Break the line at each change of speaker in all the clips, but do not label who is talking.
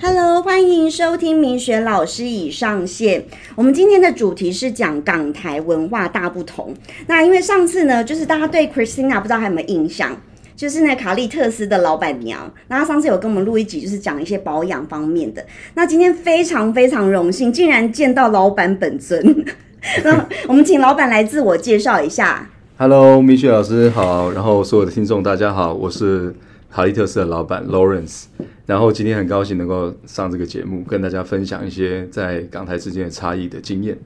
Hello，欢迎收听明雪老师已上线。我们今天的主题是讲港台文化大不同。那因为上次呢，就是大家对 Christina 不知道还有没有印象？就是那卡利特斯的老板娘，那她上次有跟我们录一集，就是讲一些保养方面的。那今天非常非常荣幸，竟然见到老板本尊。 那我们请老板来自我介绍一下。
Hello，米雪老师好，然后所有的听众大家好，我是哈利特斯的老板 Lawrence，然后今天很高兴能够上这个节目，跟大家分享一些在港台之间的差异的经验。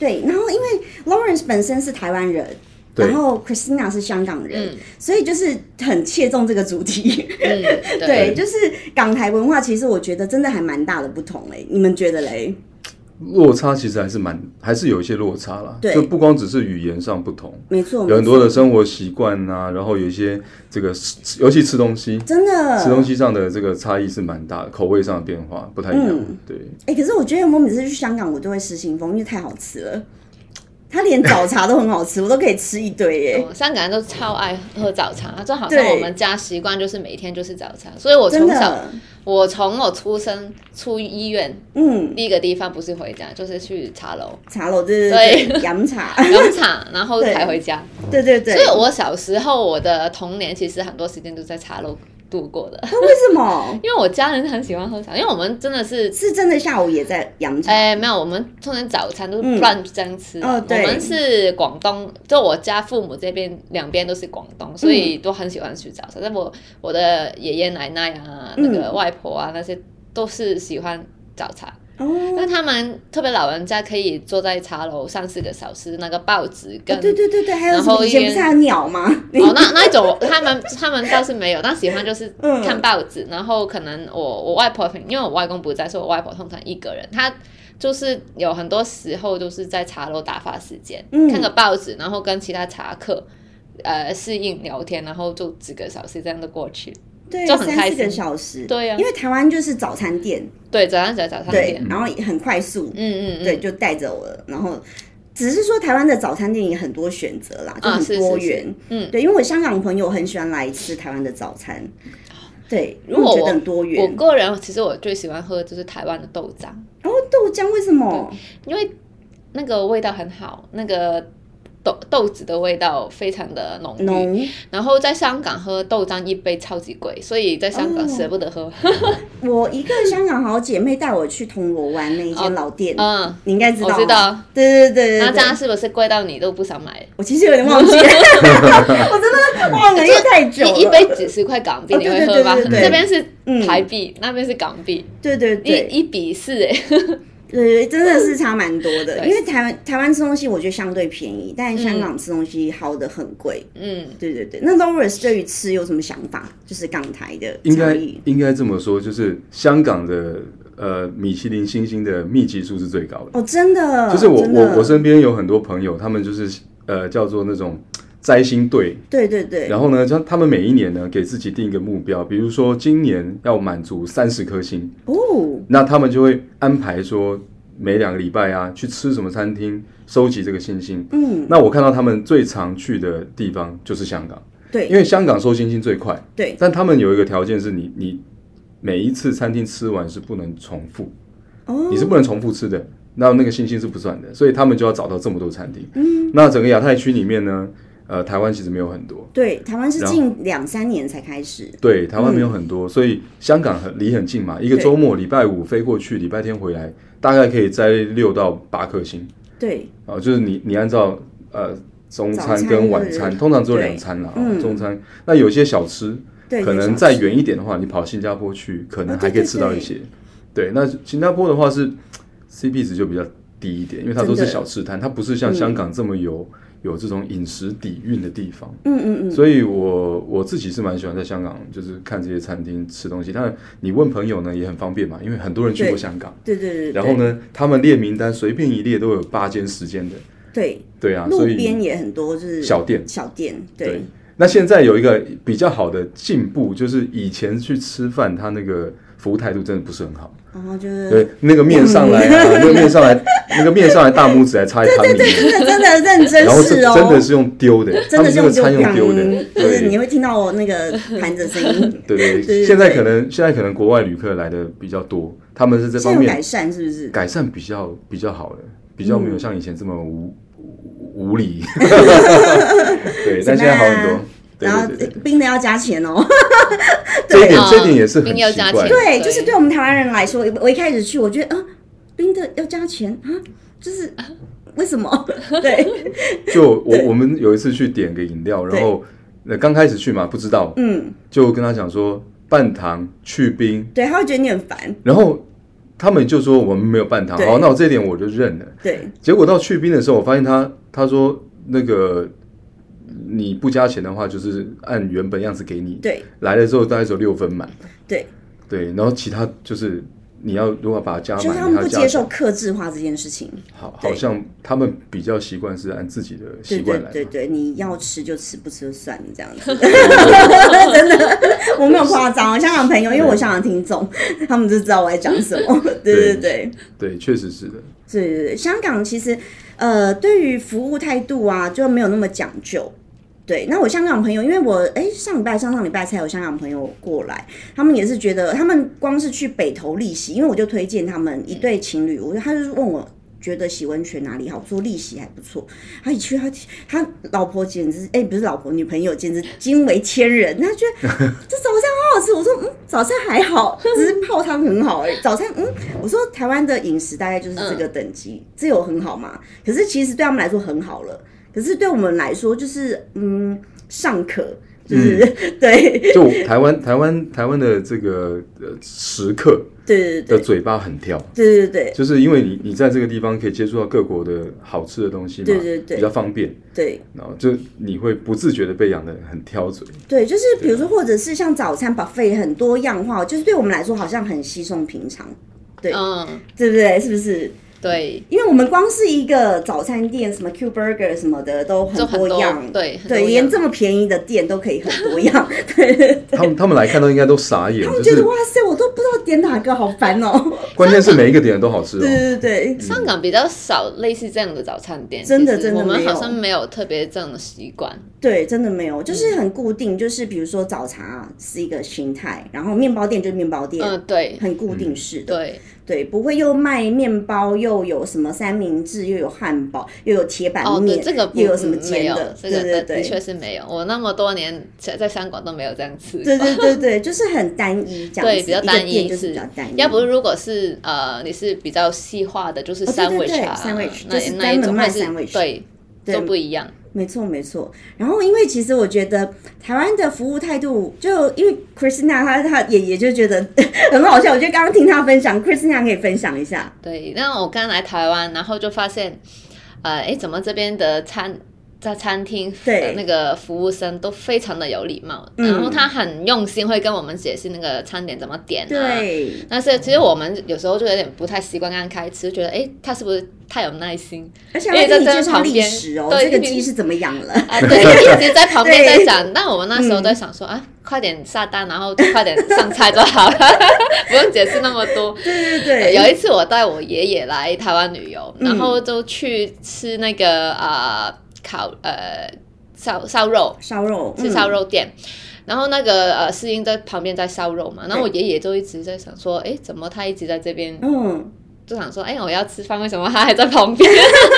对，然后因为 Lawrence 本身是台湾人，
对
然后 Christina 是香港人，
嗯
所以就是很切中这个主题。
嗯，对，
对，就是港台文化，其实我觉得真的还蛮大的不同哎、你们觉得嘞？
落差其实还是蛮，还是有一些落差啦，
对
就不光只是语言上不同，
没错，
有很多
没
的
错
生活习惯啊，然后有一些这个吃，尤其吃东西，
真的
吃东西上的这个差异是蛮大的，口味上的变化不太一样。
嗯
对，
哎、可是我觉得我每次去香港，我都会失心疯，因为太好吃了。它连早茶都很好吃，我都可以吃一堆耶、
哦香港人都超爱喝早茶，就好像
对
我们家习惯就是每天就是早茶，所以我
真
从小，
的，
我从我出生出医院
嗯，
第一个地方不是回家，就是去茶楼
茶楼对
对
对， 洋茶，
饮茶，然后
对
才回家。
对对对。
所以我小时候我的童年其实很多时间都在茶楼度过的，
那为什么
因为我家人很喜欢喝茶，因为我们真的是。
是真的下午也在洋茶？
哎、没有，我们通常早餐都是
嗯
lunch 这样吃的、
哦对
我们是广东，就我家父母这边两边都是广东，所以
嗯
都很喜欢吃早餐。但我我的爷爷奶奶啊，那个
嗯
外婆啊，那些都是喜欢早茶。
哦，
那、他们特别老人家可以坐在茶楼三四个小时，那个报纸跟
哦对对对对，还有
然
什么
后
以前
因
不
为
是还有鸟吗？
哦，那那一种他们他们倒是没有，但喜欢就是
嗯
看报纸，然后可能我我外婆平，因为我外公不在，所以我外婆通常一个人，她就是有很多时候都是在茶楼打发时间，
嗯
看个报纸，然后跟其他茶客。呃，适应聊天，然后就几个小时这样就过去。
对，
就很
三
开
四个
心
小时。
对呀
因为台湾就是早餐店，
对，早上起来早餐
对
店，，
然后也很快速，
嗯嗯嗯，
对，就带着我了。然后只是说台湾的早餐店也很多选择啦，就
啊
很
是是
多
是
元。
嗯，
对，因为我香港朋友很喜欢来吃台湾的早餐。对，因为
哦如果
我觉得
我
很多
我
元。
个人其实我最喜欢喝就是台湾的豆浆，
然后豆浆为什么？
因为那个味道很好，那个豆豆子的味道非常的浓郁，
浓
然后在香港喝豆浆一杯超级贵，所以在香
哦
港舍不得喝。
我一个香港好姐妹带我去铜锣湾那一间老店，
嗯，
你应该知道。
我知。道。啊
对对对
那
对
这样
对，
是不是贵到你都不想买？
我其实有点忘 记了，我真的忘了，因为太久了。
一一杯几十块港币，
哦
你会喝吗？
对对
对对对
这边是
嗯
台币，那边是港币，
对对
一
对，
一比四哎。
对，真的是差蛮多的。
对
因为台湾台湾吃东西，我觉得相对便宜，但香港吃东西好的很贵。
嗯，
对对对，那 Lawrence 对于吃有什么想法？就是港台的
应
差
该
异。
应该这么说，就是香港的呃米其林星星的密集数是最高的。
哦，真的，
就是我
真的
我我身边有很多朋友，他们就是呃叫做那种摘星队，
对对对，
然后呢，像他们每一年呢给自己定一个目标，比如说今年要满足三十颗星，
哦，
那他们就会安排说每两个礼拜啊去吃什么餐厅，收集这个星星。
嗯，
那我看到他们最常去的地方就是香港，因
对
为香港收星星最快，
对，
但他们有一个条件是你你每一次餐厅吃完是不能重复。
哦
你，是不能重复吃的，那那个星星是不算的，所以他们就要找到这么多餐厅。
嗯，
那整个亚太区里面呢，呃，台湾其实没有很多，
对，台湾是
然后
近两三年才开始。
对，台湾没有很多，所以香港很离很近嘛，一个
嗯对
周末礼拜五飞过去，礼拜天回来，大概可以摘六到八颗星
对，
啊、就是你你按照呃中
早
餐
餐
跟晚
日
餐，通常只有
对
两餐啦，哦
嗯
中餐。那有些小吃
对，
可
对
能
小
再
吃
远一点的话，你跑新加坡去，可
哦
能
对
还可以
对
吃到
对
一些。对，那新加坡的话是 CP 值就比较低一点，因为它都
真
是
的
小吃摊，它不是像香港这么有、有这种饮食底蕴的地方。
嗯嗯嗯，
所以我我自己是蛮喜欢在香港，就是看这些餐厅吃东西。当然，你问朋友呢也很方便嘛，因为很多人去
对
过香港，
对对对，对
然后？呢，他们列名单随便一列都有八间十间的，
对，
对啊，
路
所以
边也很多，就是
小店
小店，对，
那现在有一个比较好的进步，就是以前去吃饭，它那个服务态度真的不是很好。
然后就是
对，那个面上 来啊，那个面上来，那个面上来大拇指还插在汤里面，
真的真的认真
然后是
是哦，
真的是用丢的，
真的是
他们
用
那个餐用丢的
嗯，就是你
对
会听到我那个盘子的声音，
对对
对
对。现在可能现在可能国外旅客来的比较多，他们 是这
现在
方
有
面
改善嗯是不是？
改善比较比较好了，比较没有像以前这么无无无 理。对，但现在好很多。对
啊然后
对对对，
冰的要加钱 哦，
这一点
嗯
这一点也是很
一定要
奇
加
怪
钱
的。
对，
对
就是对我们台湾人来说，我一开始去，我觉得啊，冰的要加钱啊，就是为什 么？对，
就我我们有一次去点个饮料，然后那刚开始去嘛不知道，
嗯，
就跟他讲说半糖去冰，
对，他会觉得你很烦，
然后他们就说我们没有半糖，
对
好，那我这一点我就认了。
对，
结果到去冰的时候，我发现他他说那个你不加钱的话，就是按原本样子给你。
对，
来的时候大概只有六分满。
对
对，然后其他就是你要如果把它加满，
就是他
你
们
还
不
要加
接受克制化这件事情。
好，
对
好像他们比较习惯是按自己的习
对对
惯来嘛。
对对，你要吃就吃，不吃就算了，这样 子。 真的，我没有夸张。我香港朋友，因为我香港听众，他们就知道我在讲什 么。对对
对
对
对确实是的。
对对对，香港其实呃，对于服务态度啊，就没有那么讲究。对，那我香港朋友，因为我哎上礼拜、上上礼拜才有香港朋友过来，他们也是觉得，他们光是去北投利息，因为我就推荐他们一对情侣，我就他就是问我觉得洗温泉哪里好，我说利息还不错。他一去，他他老婆简直哎、不是老婆，女朋友简直惊为天人，他觉得这早餐好好吃，我说嗯早餐还好， 只是泡汤很好哎、早餐嗯我说台湾的饮食大概就是这个
嗯
等级，这有很好吗？可是其实对他们来说很好了，可是对我们来说就是嗯尚可。就是、
嗯
对
就台湾台湾台湾的这个呃食客
对对
的
对
嘴巴很跳，
对对对
就是因为你你在这个地方可以接触到各国的好吃的东西嘛，
对对对
比较方便，
对
然后就你会不自觉的被养的很挑嘴。
对，就是比如说，或者是像早餐 buffet 很多样化，就是对我们来说好像很稀松平常，对
嗯，
对不对？是不是？
对，
因为我们光是一个早餐店，什么 Q Burger 什么的都
就
很
很多
样，
对很多
对，连
样
这么便宜的店都可以很多样，
他们他们来看到应该都傻眼，
他们
就
觉
是
得哇塞，我都不知道点哪个，好烦哦。
关键是每一个点都好吃哦。
对对对对
香港比较少类似这样的早餐店，
真的
其实
真的
我们
没有
好像没有特别这样的习惯。
对，真的没有，
嗯
就是很固定，就是比如说早茶是一个形态，然后面包店就是面包店，
嗯，对
很固定式的。
对，
对，不会又卖面包，又有什么三明治，又有汉堡，又有铁板
哦，
面，
对这个不
又有什么
嗯没
煎
有
的，
这个
对
的
对
的确
对，
是没有。我那么多年在在香港都没有这样吃，
对对对对，就是很单一这样子，
对比较单
一个店
一
就是
是
比较单一。
要不是如果是呃你是比较细化的，就是
哦对对
sandwich 啊
对，sandwich，
那
就是
那
专
一
门
种
卖
还是
sandwich
对
对
都不一样。
没错没错，然后因为其实我觉得台湾的服务态度，就因为 Christina 她她也也就觉得 很好笑，我觉得刚刚听她分享，Christina 可以分享一下。
对，那我刚来台湾，然后就发现，呃，哎，怎么这边的餐在餐厅
对
呃那个服务生都非常的有礼貌，
嗯
然后他很用心会跟我们解释那个餐点怎么点啊。
对，
但是其实我们有时候就有点不太习惯刚开吃，觉得哎，他是不是太有耐心
而且
因为
还
在
跟你
这
介绍
旁
历
边
史哦，
对
这个
因为
鸡是怎么养 了？
啊？对，一直在旁边
对
在讲。但我们那时候在想说、啊，快点下单，然后快点上菜就好了， 不用解释那么多。
对对
对
对，
有一次我带我爷爷来台湾旅游，然后就去吃那个啊、呃烤呃烧烧肉，
烧肉，
吃
嗯
烧肉店。然后那个呃，侍应在旁边在烧肉嘛，然后我爷爷就一直在想说，哎，怎么他一直在这边？
嗯，
就想说，哎，我要吃饭，为什么他还在旁边？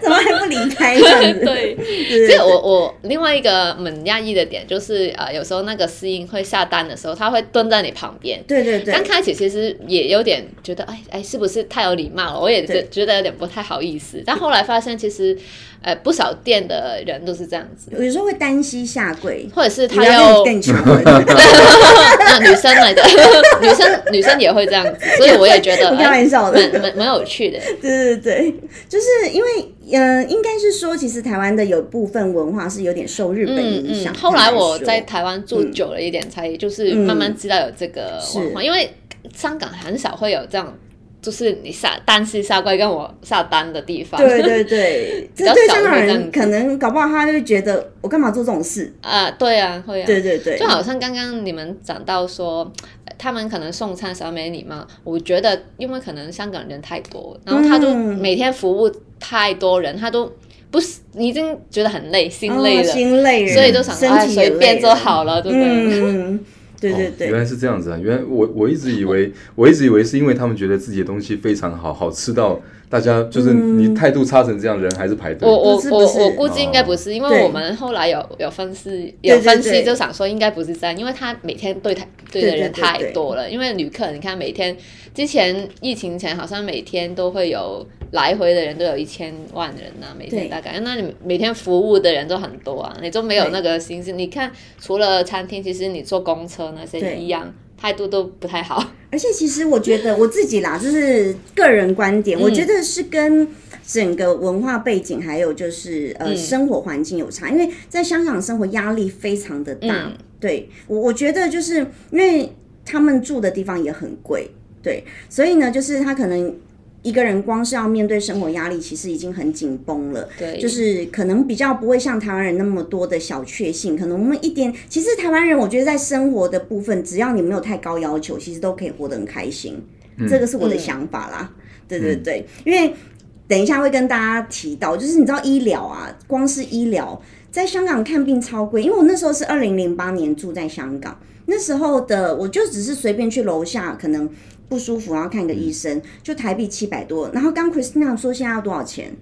怎么还不离开这样子？
对，
对，
所以我我另外一个蛮讶异的点就是，呃，有时候那个侍应会下单的时候，他会蹲在你旁边，
对对
刚
对，
开始其实也有点觉得，哎哎，是不是太有礼貌了？我也
对
觉觉得有点不太好意思。但后来发现，其实，呃，不少店的人都是这样子，
有时候会单膝下跪，
或者是
以
他
为
又
要跟你求 婚。
那女生来的， 女生女生也会这样子，所以我也觉 得
我开玩笑的
哎蛮蛮蛮有趣的。
对对对， 就是因为嗯、呃应该是说，其实台湾的有部分文化是有点受日本
嗯
影响。
嗯，后来我在
坦白说嗯
台湾住久了一点，才就是慢慢知道有这个文化，
是
因为香港很少会有这样，就是你下单膝下跪跟我下单的地方。
对 对对，
较
这对
少
香港
会这样
人
子
可能搞不好他就觉得我干嘛做这种事？
啊，对啊，会啊。
对对对
就，好像刚刚你们讲到说，呃他们可能送餐稍微没礼貌，我觉得因为可能香港人太多，然后他就
嗯
每天服务太多人，他都不是已经觉得很累，心累
哦
了，
心累了，
所以就想
身
哎
体也
随便
累
就
了。
好了，对不对？
嗯，对对
哦，原
对，
来是这样子啊！原来我我一直以为，我一直以为是因为他们觉得自己的东西非常好，好吃到大家就是
嗯
你态度差成这样，人还是排队。
我我
不是
我
不是
我估计应该不是，因为
对
我们后来有有分析，
对
有分
对
析
对
就想说应该不是这样，因为他每天对台对
对
的人
对对
太
对
多了，因为旅客你看每天之前呃疫情前好像每天都会有来回的人都有一千万人呐、每
对
天大概，那你每天服务的人都很多啊，你就没有
对
那个心思。你看除了餐厅，其实你坐公车那些
对
一样。态度都不太好，
而且其实我觉得我自己啦，这是个人观
嗯
点，我觉得是跟整个文化背景还有就是呃、
嗯
生活环境有差，因为在香港生活压力非常的大，
嗯
对我我觉得就是因为他们住的地方也很贵，对，所以呢就是他可能。一个人光是要面对生活压力，其实已经很紧绷了。
对，
就是可能比较不会像台湾人那么多的小确幸，可能我们一点，其实台湾人我觉得在生活的部分，只要你没有太高要求，其实都可以活得很开心，这个是我的想法啦。对对对，因为等一下会跟大家提到，就是你知道医疗啊，光是医疗在香港看病超贵，因为我那时候是二零零八年住在香港，那时候的我就只是随便去楼下可能。不舒服，然后看个医生，就台币七百多。然后刚 Christina 说现在要多少钱？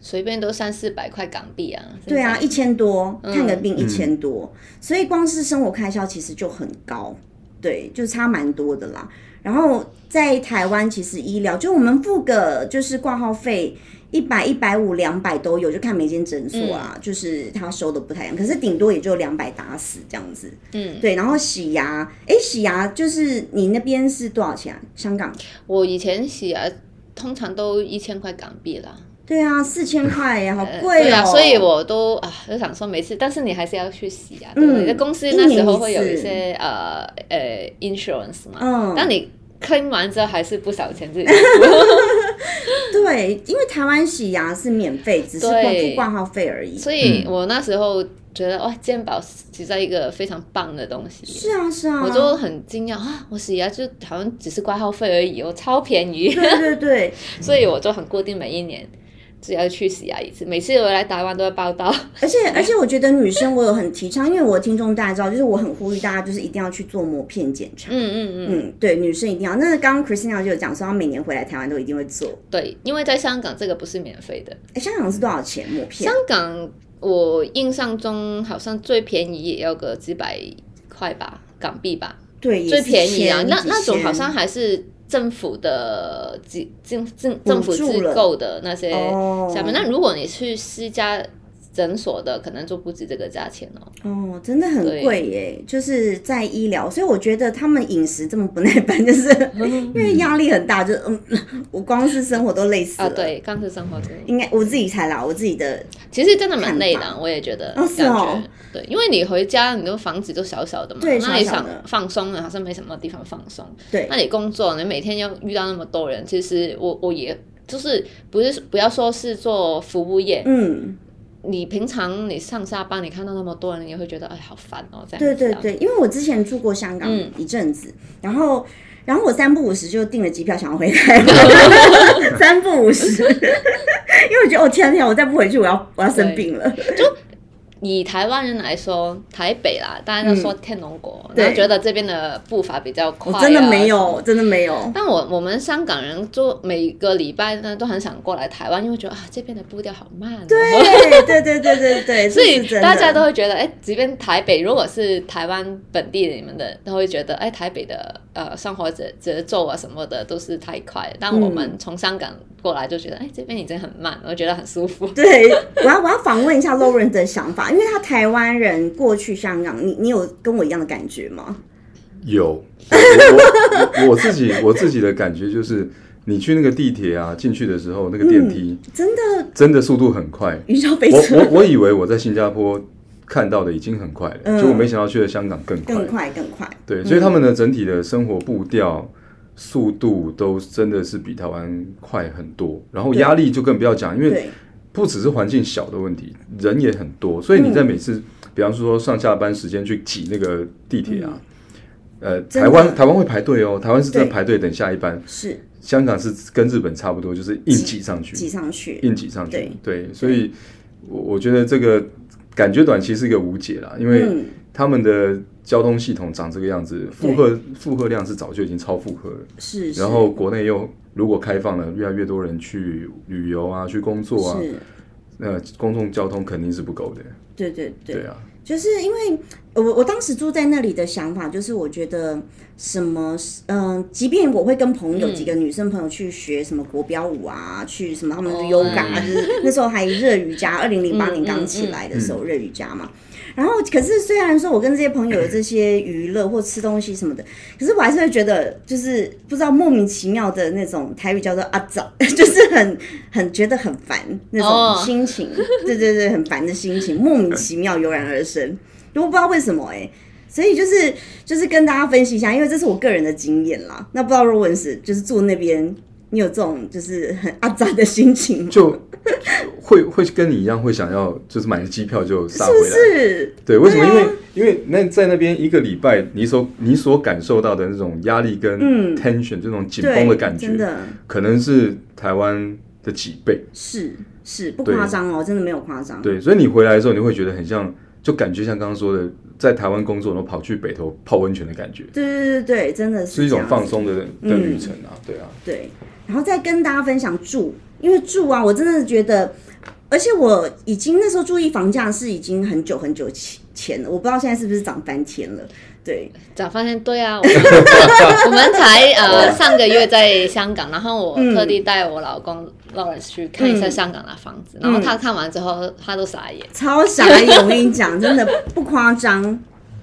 随便都三四百块港币啊。
对啊，
现在
一千多，
嗯
看个病一千多，所以光是生活开销其实就很高，对，就差蛮多的啦。然后在台湾，其实医疗就我们付个就是挂号费一百、一百五、两百都有，就看每间诊所啊，
嗯
就是他收的不太一样，可是顶多也就两百打死这样子。嗯，对。然后洗牙，哎，洗牙就是你那边是多少钱、啊？香港？
我以前洗牙通常都一千块港币啦，
对啊，四千块耶，好
呃
贵哦。
对啊，所以我都啊就想说每次，但是你还是要去洗啊，对不对？
嗯
那公司
一
那
年
时候
一
会有一
次
些呃呃 insurance 嘛，
嗯
但你 claim 完之后还是不少 钱自己付，
对，因为台湾洗牙是免费，只是会
对
付挂号费而已。
所以我那时候觉得哇，健保实在一个非常棒的东西。
是啊，是啊，
我就很惊讶啊！我洗牙就好像只是挂号费而已哦，超 便宜。
对对对，
所以我就很固定每一年只要去洗啊牙一次，每次我来台湾都会报到。
而且 而且我觉得女生我有很提倡，因为我的听众大家知道，就是我很呼吁大家就是一定要去做膜片检查。
嗯嗯嗯，
嗯，对，女生一定要。那刚刚 Christina 就有讲说，她每年回来台湾都一定会做。
对，因为在香港这个不是免费的，
哎，香港是多少钱膜片
香？港我印象中好像最便宜也要个几百块吧，港币吧，
对，也
最
是
便宜啊。
千
那
几
那种
千
好像还是政府的机政政政府
助
机
了
构的那些
哦
下面。那如果你去私家诊所的，可能就不止这个价钱哦。
哦，真的很
对
贵耶，就是在医疗，所以我觉得他们饮食这么不耐烦，就是 因为压力很大，就嗯，我光是生活都累死了。
啊，，对，刚是生活中。
应该我自己猜啦，我自己的
其实真的蛮累的
看
啊，我也觉得
哦
感
是
觉、
哦
对，因为你回家，你的房子都小小的嘛，
对
那
小小
你想
的
放松呢，好像没什么地方放松。
对
那你工作，你每天要遇到那么多人，其实我我也就是不是不要说是做服务业，
嗯。
你平常你上下班，你看到那么多人，你也会觉得哎好烦哦，这样
对对
子啊，
对，因为我之前住过香港
嗯
一阵子，然后然后我三不五时就订了机票想要回台湾，三不五时，因为我觉得哦天啊天啊，我再不回去我要我要生病了。
以台湾人来说，台北啦，大家都说天龙国，
嗯对
然后觉得这边的步伐比较快、
我
啊，
真的没
什么
有，真的没有。
但我我们香港人就每个礼拜呢都很想过来台湾，因为觉得啊这边的步调好慢、哦，对，
对对对对对对，
所
这是
以
真
大家
的
都会觉得，哎，即便台北如果是台湾本地人们的，都会觉得，哎，台北的呃生活节节奏啊什么的都是太快了，但我们从香港过来就觉得，哎，这边已经很慢，我觉得很 舒服。
对，我要我要访问一下 Lauren 的想法，因为他台湾人过去香港，你你有跟我一样的感觉吗？
有，我我我自己我自己的感觉就是，你去那个地铁啊，进去的时候那个电梯、
真的
真的速度很快。
云霄飞
我
车
我我以为我在新加坡看到的已经很快了，
嗯
结果没想到去了香港更快。
更嗯快更快，
对，所以他们的整体的生活步调、速度都真的是比台湾快很多，然后
对
压力就更不要讲，因为
对
不只是环境小的问题，人也
嗯
很多，所以你在每次，比方说上下班时间去挤那个地铁啊，呃，
嗯真的
台湾台湾会排队哦，台湾是在
对
排队等下一班，
是
香港是跟日本差不多，就是硬挤上去，
挤上去，
硬挤上去
对。
对，所以我我觉得这个感觉短期是一个无解啦，因为
嗯，
他们的交通系统长这个样子，负荷负荷量是早就已经超负荷了。
是，是
然后国内又如果开放了，越来越多人去旅游啊，去工作啊，
是，
那公众交通肯定是不够的。
对对对，
对啊，
就是因为呃我我当时住在那里的想法，就是我觉得什么，嗯、即便我会跟朋友、
嗯
几个女生朋友去学什么国标舞啊，去什么他们的
哦
yoga，、就是那时候还热瑜 伽，二零零八
嗯
年
嗯
刚起来的时候热瑜伽嘛。然后，可是虽然说我跟这些朋友有这些娱乐或吃东西什么的，可是我还是会觉得，就是不知道莫名其妙的那种台语叫做阿早， 就是很很觉得很烦那
哦
种心情，对对对，很烦的心情，莫名其妙油然而生，我不知道为什么哎、所以就是就是跟大家分析一下，因为这是我个人的经验啦。那不知道 r o w e n s 就是住那边，你有这种就是很阿杂的心情吗？
就会会跟你一样会想要，就是买个机票就杀
是
回
不
来。
是？
对，为什么？
对啊
因为因为那在那边一个礼拜，你所你所感受到的那种压力跟
嗯
tension、这种紧绷
对，
的感
真
觉，
的
可能是台湾的几倍。
是是不
对
夸张哦，真的没有夸张。
对，所以你回来的时候，你会觉得很像，就感觉像刚刚说的，在台湾工作，然后跑去北投泡温泉的感觉，
对对对对，真的是
是一种
这样子
放松的的
嗯
旅程啊。对啊，
对，然后再跟大家分享住，因为住啊，我真的觉得，而且我已经那时候注意房价是已经很久很久前前了，我不知道现在是不是涨翻天了。对，
早发现对啊，我们我们才 呃上个月在香港，然后我
嗯
特地带我老公 Lawrence 去看一下
嗯
香港的房子，然后他看完之后他都傻眼，
超傻眼，我跟你 讲，真的不夸张。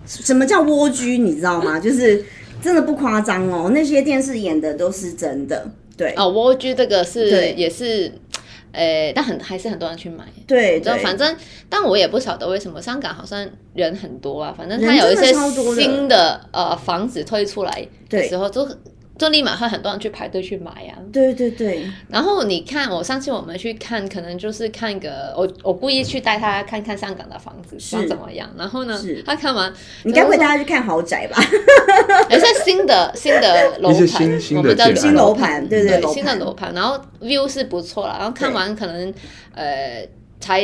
什么叫蜗居，你知道吗？就是真的不夸张哦，那些电视演的都是真的。对，
哦，蜗居这个是
对
也是，呃，但很还是很多人去买。
对
你知道，
对，
反正，但我也不晓得为什么香港好像人很多啊。反正它
人真
有一
的
些
超多的
新的呃房子推出来的
对
时候，就就立马会很多人去排队去买啊。
对对对，
然后你看，我上次我们去看，可能就是看个我我故意去带他看看香港的房子
是
长怎么样。然后呢
是，
他看完，
你该不会带他去看豪宅吧？
而且哎新的新的楼
一些
盘，
新新的
我们叫
建
新楼盘，对对
对
楼
新的
盘
楼盘，然后 view 是不错啦，然后看
对
完可能呃才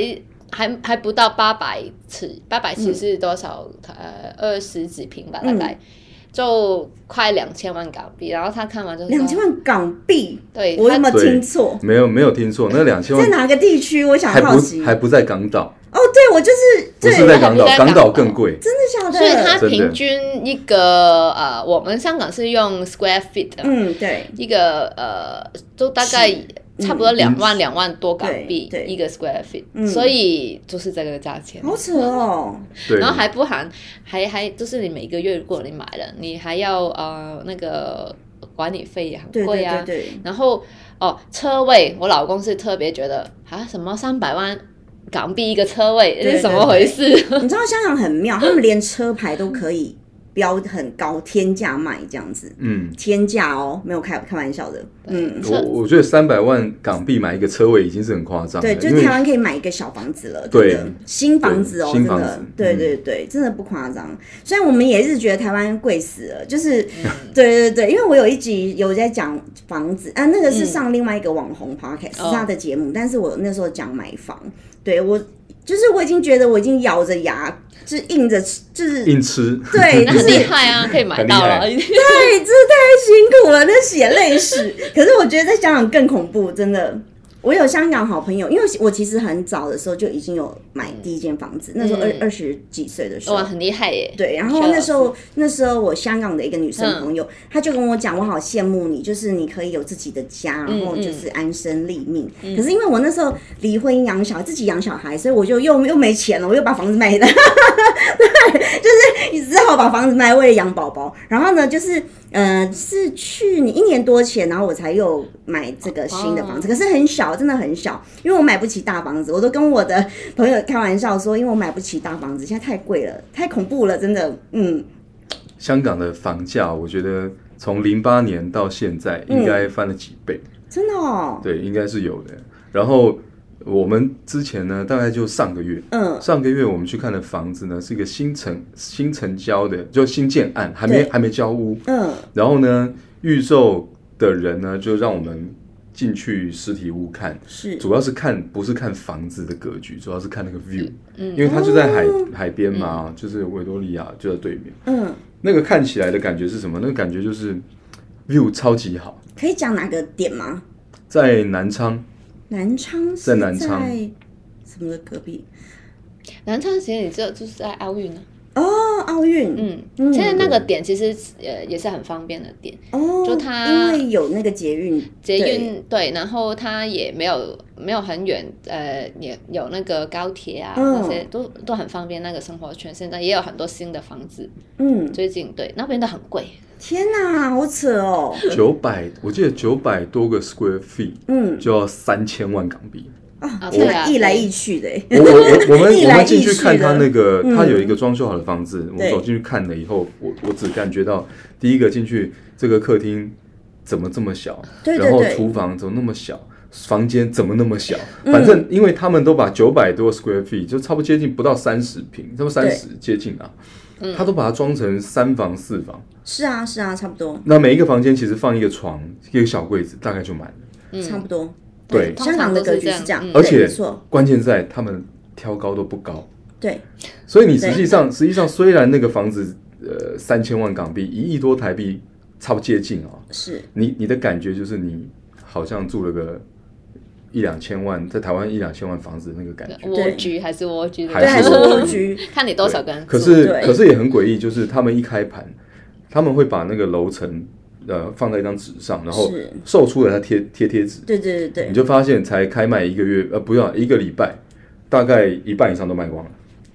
还还不到八百尺，八百尺
嗯
是多少？呃，二十几平吧，大
嗯
概。就快两千万港币，然后他看完就说
两千，万港币，
对，
我有
他
没有
对
听错？
没有没有听错，那两千
在
万
哪个地区？我想
还
好
不
奇。
还不在港岛，
哦，对，我就是
不
对，
是在港岛
还，不在
港
港
岛
岛
更贵。
真的假的？
所以他
真的
平均一个呃，我们香港是用 square feet 的，
嗯，对，
一个呃，就大概
是嗯
差不多两万两万多港币
对对
一个 square feet，、
嗯
所以就是这个价钱。
好扯哦，
对，
然后还不含，还还就是你每个月如果你买了，你还要呃那个管理费也很
对
贵
对
啊。
对对，
然后哦，车位，我老公是特别觉得啊，什么三百万港币一个车位，
对
这是什么回事？
你知道香港很妙，他们连车牌都可以标很高天价卖这样子，
嗯，
天价哦，没有开开玩笑的，嗯，
我我觉得三百万港币买一个车位已经是很夸张了，
对，就
因
是
为
台湾可以买一个小房子了，
对
真的新房子哦，
对
真
新房子
的，对
嗯
对对，真的不夸张。虽然我们也是觉得台湾贵死了，就是，对对对，因为我有一集有在讲房子，啊，那个是上另外一个网红 podcast、
哦
是他的节目，但是我那时候讲买房，对我就是我已经觉得我已经咬着牙，就是硬着，就是
硬吃，
对，
那
就是
很厉害啊，可以买到了
很。
对，真的太辛苦了，那血泪史。可是我觉得在香港更恐怖，真的。我有香港好朋友，因为我其实很早的时候就已经有买第一间房子，那时候二
嗯
二十几岁的时候
哇，。很厉害耶！
对，然后那时候那时候我香港的一个女
嗯
生朋友，她就跟我讲，我好羡慕你，就是你可以有自己的家，然
嗯
后就是安身立命。可是因为我那时候离婚养小孩，自己养小孩，所以我就又又没钱了，我又把房子卖了， 对，就是只好把房子卖为了养宝宝。然后呢，就是呃，是去年一年多前，然后我才又买这个新
哦
的房子，可是很小，真的很小，因为我买不起大房子，我都跟我的朋友开玩笑说，因为我买不起大房子，现在太贵了，太恐怖了，真的，嗯，
香港的房价，我觉得从零八年
嗯
到现在应该翻了几倍，
真的哦，
对，应该是有的。然后我们之前呢，大概就上个月，
嗯，
上个月我们去看的房子呢，是一个新成新成交的，就新建案，还没
对
还没交屋。
嗯，
然后呢，预售的人呢，就让我们进去实体屋看，
是，
主要是看不是看房子的格局，主要是看那个 view，、
嗯
因为它就在海、
哦
海边嘛，就是维多利亚就在对面。
嗯，
那个看起来的感觉是什么？那个感觉就是 view 超级好，
可以讲哪个点吗？
在南昌，
南昌是
在南昌
在什么的隔壁？
南昌其实你知道就是在奥运啊，
哦，奥运，
嗯，
嗯
现在那个点其实呃也是很方便的点，
哦，
就它
因为有那个捷运，
捷
对，
运对，然后它也没有没有很远，呃，也有那个高铁啊，
嗯
那些都都很方便。那个生活圈现在也有很多新的房子，
嗯，
最近对那边都很贵，
天哪，好扯哦，
九百，我记得九百多个 square feet
嗯，
就要三千万港 币。
啊，
我
天哪，一来一去的，欸
我我我我们
一
我
来
们
一去的
进去看他那个，
嗯
他有一个装修好的房子，我
对
们走进去看了以后，我我只感觉到第一个进去这个客厅怎么这么小，
对对
然后
对嗯
厨房怎么那么小。房间怎么那么小？反正因为他们都把九百多 square feet 就差不多接近不到三十平，差不多三十接近啊，
嗯
他都把它装成三房四房。
是啊，是啊，差不多，
那每一个房间其实放一个床，一个小柜子，大概就满了。
嗯
差不多，
对，
通
香
常
港的
都
格
是
局
这
是
样
这样，
嗯
而
对
且
没错，
关键在他们挑高都不高。
对，
所以你实际上，实际上虽然那个房子呃三千万港币，一亿多台币，差不多接近哦，
是，
你你的感觉就是你好像住了个一两千万，在台湾一两千万房子那个感觉。
蜗居还是蜗居的，
还
对，还是
是我
蜗居，
看你多少个人住。
可是
对
可是也很诡异，就是他们一开盘，他们会把那个楼层呃放在一张纸上， 然后
是
售出来，他贴贴贴纸，
对对对对，
你就发现才开卖一个月，呃不要一个礼拜，大概一半以上都卖光了。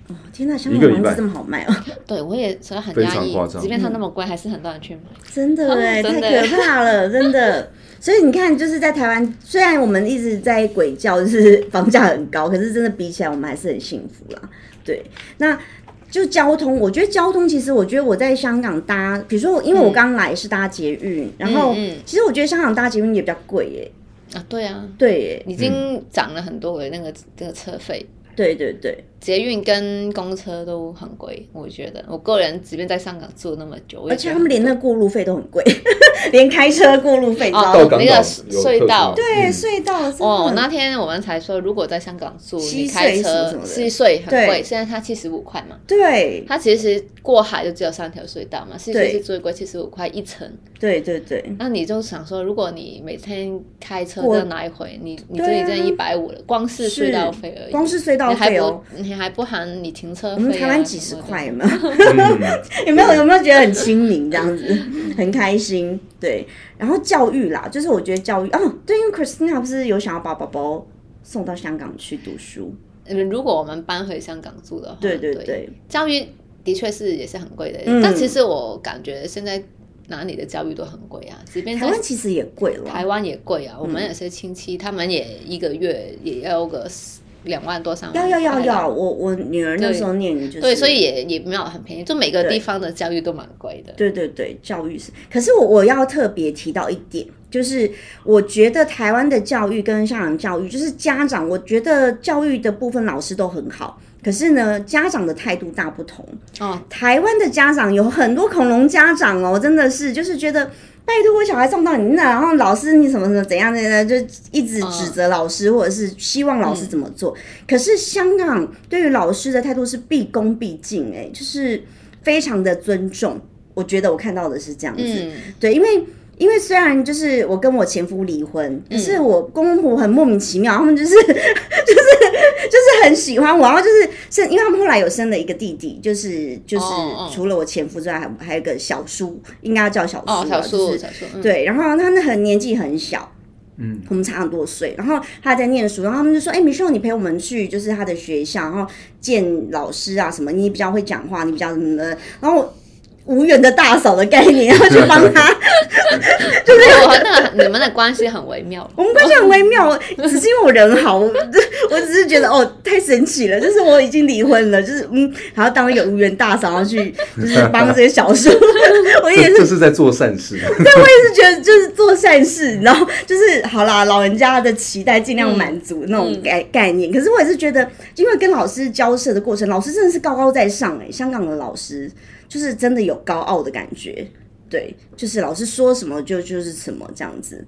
哦天哪，香
一个
港
礼
房子
拜
这么好卖哦，
对我也所以很
非
压
常
抑
夸，张
即便它那
嗯
么贵，还是很多人去买。
真的
哦
哎、
真的
太
欸
可怕了，真的。所以你看，就是在台湾，虽然我们一直在鬼叫，就是 房价很高，可是真的比起来，我们还是很幸福啦。对，那就交通，我觉得交通其实，我觉得我在香港搭，比如说我，因为我刚来是搭捷运，然后、
嗯嗯嗯
其实我觉得香港搭捷运也比较贵耶、
啊，对啊，
对耶、
已
嗯
经涨了很多的那个那个车费，
对对对，
捷运跟公车都很贵，我觉得我个人即便在香港住那么久，我也
而
觉
且
得
他们连那过路费都很贵， 连开车过路费，你知道
哦
吗
到？港
那个
岛有
隧
特
道
色
对，
嗯
隧道真的
哦，
很
那天我们才说，如果在香港住，
西
你
隧
开
什么
车
什么的
西隧很
对
贵，现在它七十五块嘛，
对
它其实过海就只有三条隧道嘛，西隧
对
是最贵，七十五块一程。
对对对，
那你就想说，如果你每天开车
过
这样来回，你你这
对
里
啊
真的一百五了，光是
是
隧道费而已，
光是隧道
你还
费
不、
哦。
你还不含你停车
我们
费、啊，
台湾几十
什么的
块，有没有？
嗯
有没有有没有觉得很亲民这样子， 很开心？对，然后教育啦，就是我觉得教育哦，对，因为 Christina 不是有想要把宝宝送到香港去读书，
嗯，如果我们搬回香港住的话，
对对
嗯对
对，
教育的确是也是很贵的，
嗯
但其实我感觉现在哪里的教育都很贵啊，即便
台
在
湾嗯其实也贵了，
台湾也贵啊，我们有些亲戚他们也一个月也要个两万多三万
要
块
要
啦，
要要，我我女儿那时候念就是
对，所以也也没有很便宜，就每个
对
地方的教育都蛮贵的，
对对对，教育是。可是我我要特别提到一点，就是我觉得台湾的教育跟香港教育，就是家长，我觉得教育的部分老师都很好，可是呢，家长的态度大不同。
哦，
台湾的家长有很多恐龙家长哦，真的是就是觉得。拜托，我小孩送到你那，然后老师你什么什么怎样怎样，就一直
嗯
指责老师，或者是希望老师怎么做。可是香港对于老师的态度是毕恭毕敬、哎，就是非常的尊重。我觉得我看到的是这样子，
嗯，
对，因为因为虽然就是我跟我前夫离婚，可
嗯
是我公公婆婆很莫名其妙，他们就是 就是就是很喜欢我，然后就是生，因为他们后来有生了一个弟弟，就是就是
哦哦
除了我前夫之外，还还有一个小叔，应该要叫小叔啊、
哦，小
就
叔
是
小叔，嗯，
对，然 后他那很年纪很小，
嗯，
我们差很多岁，然后他在念书，然后他们就说，哎、米秀，你陪我们去，就是他的学校，然后见老师啊什么，你比较会讲话，你比较什么的，然后我。无缘的大嫂的概念，要去帮他。
就是我哦那个你们的关系很微妙，
我们关系很微妙，只是因为我人好，我 我只是觉得哦太神奇了，就是我已经离婚了，就是嗯，还要当一个无缘大嫂，然后去就是帮这些小叔， 我也是
这这是在做善事，
就是觉得就是做善事，然后就是好啦，老人家的期待尽量满足那种概概念。可是我也是觉得，因为跟老师交涉的过程，老师真的是高高在上哎、香港的老师就是真的有高傲的感觉，对，就是老师说什么就就是什么这样子。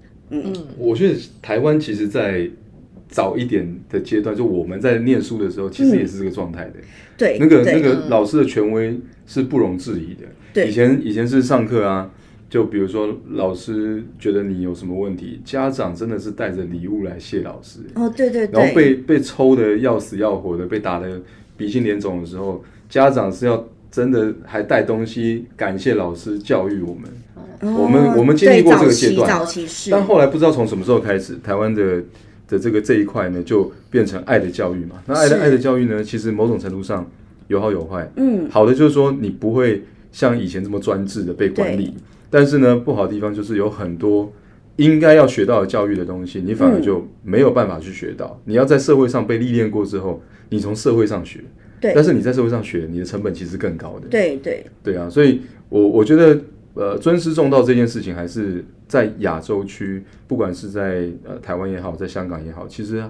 我觉得台湾其实，在早一点的阶段，就我们在念书的时候，其实也是这个状态的。
对，
那个
哎对嗯
那个老师的权威是不容置疑的。
对
以前以前是上课啊，就比如说老师觉得你有什么问题，家长真的是带着礼物来谢老师，
哦，对对
然
对，
后被被抽的要死要活的，被打的鼻青脸肿的时候，家长是要真的还带东西感谢老师教育我们。我们
哦
我们经历过这个阶段
对早期早期是，
但后来不知道从什么时候开始，台湾的的这个这一块呢，就变成爱的教育嘛。那爱的
是
爱的教育呢，其实某种程度上有好有坏。
嗯，
好的就是说你不会像以前这么专制的被管理
对，
但是呢，不好的地方就是有很多应该要学到的教育的东西，你反而就没有办法去学
嗯
到。你要在社会上被历练过之后，你从社会上学。
对
但是你在社会上学，你的成本其实更高的。
对对
对啊，所以我我觉得，呃，尊师重道这件事情，还是在亚洲区，不管是在呃台湾也好，在香港也好，其实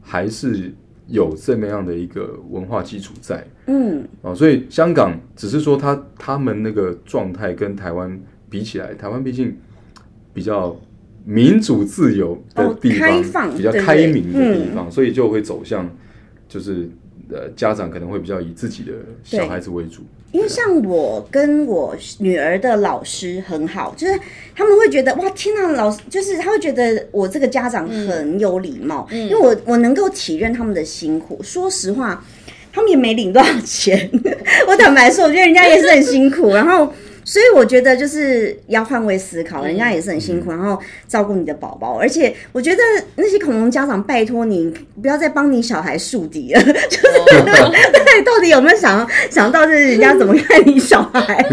还是有这么样的一个文化基础在
嗯，
哦。所以香港只是说他他们那个状态跟台湾比起来，台湾毕竟比较民主自由的
哦
地方，
开放
比较
对不
开
对嗯
明的地方，所以就会走向就是呃家长可能会比较以自己的小
对
孩子为主。
因为像我跟我女儿的老师很好，就是他们会觉得哇天呐，老师就是他会觉得我这个家长很有礼貌，因为我我能够体认他们的辛苦。说实话，他们也没领多少钱， 我坦白说，我觉得人家也是很辛苦，然后。所以我觉得就是要换位思考，人家也是很辛苦，然后照顾你的宝宝，而且我觉得那些恐龙家长，拜托你不要再帮你小孩树敌了， 对，到底有没有想想到就是人家怎么看你小孩？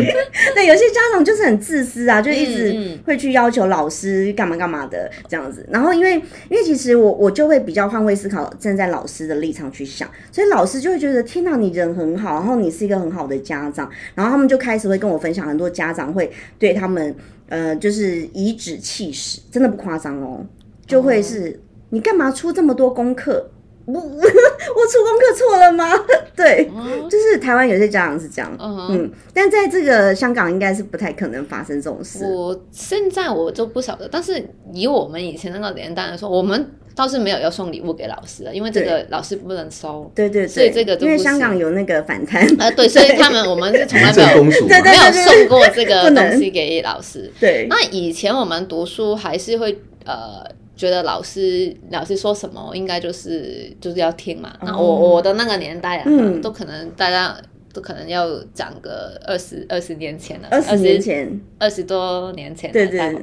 对，有些家长就是很自私啊，就一
嗯嗯
直会去要求老师干嘛干嘛的这样子。然后因为因为其实我我就会比较换位思考，站在老师的立场去想，所以老师就会觉得天哪，你人很好，然后你是一个很好的家长，然后他们就开始会跟我分享很多家长会对他们呃就是颐指气使，真的不夸张哦，就会是、你干嘛出这么多功课？ 我我出功课错了吗？ 对，
哦
就是台湾有些家长是这样，
嗯
嗯，但在这个香港应该是不太可能发生这种事。
我现在我就不晓得，但是以我们以前那个年代来说，我们倒是没有要送礼物给老师的，因为这个老师不能收。
对对
所以
对，
这个就
因为
不
香港
行
有那个反弹，
呃，对，所以他们我们是从来
民
没
政
有
公署嘛，
对对
没有
对
送过这个
不能
东西给老师。
对
那以前我们读书还是会呃。觉得老师老师说什么，应该就是就是要听嘛。那我我的那个年代啊，
嗯
都可能大家都可能要讲个二十二十年前了，
二十年前，
二十多年前了，
对
大
对
概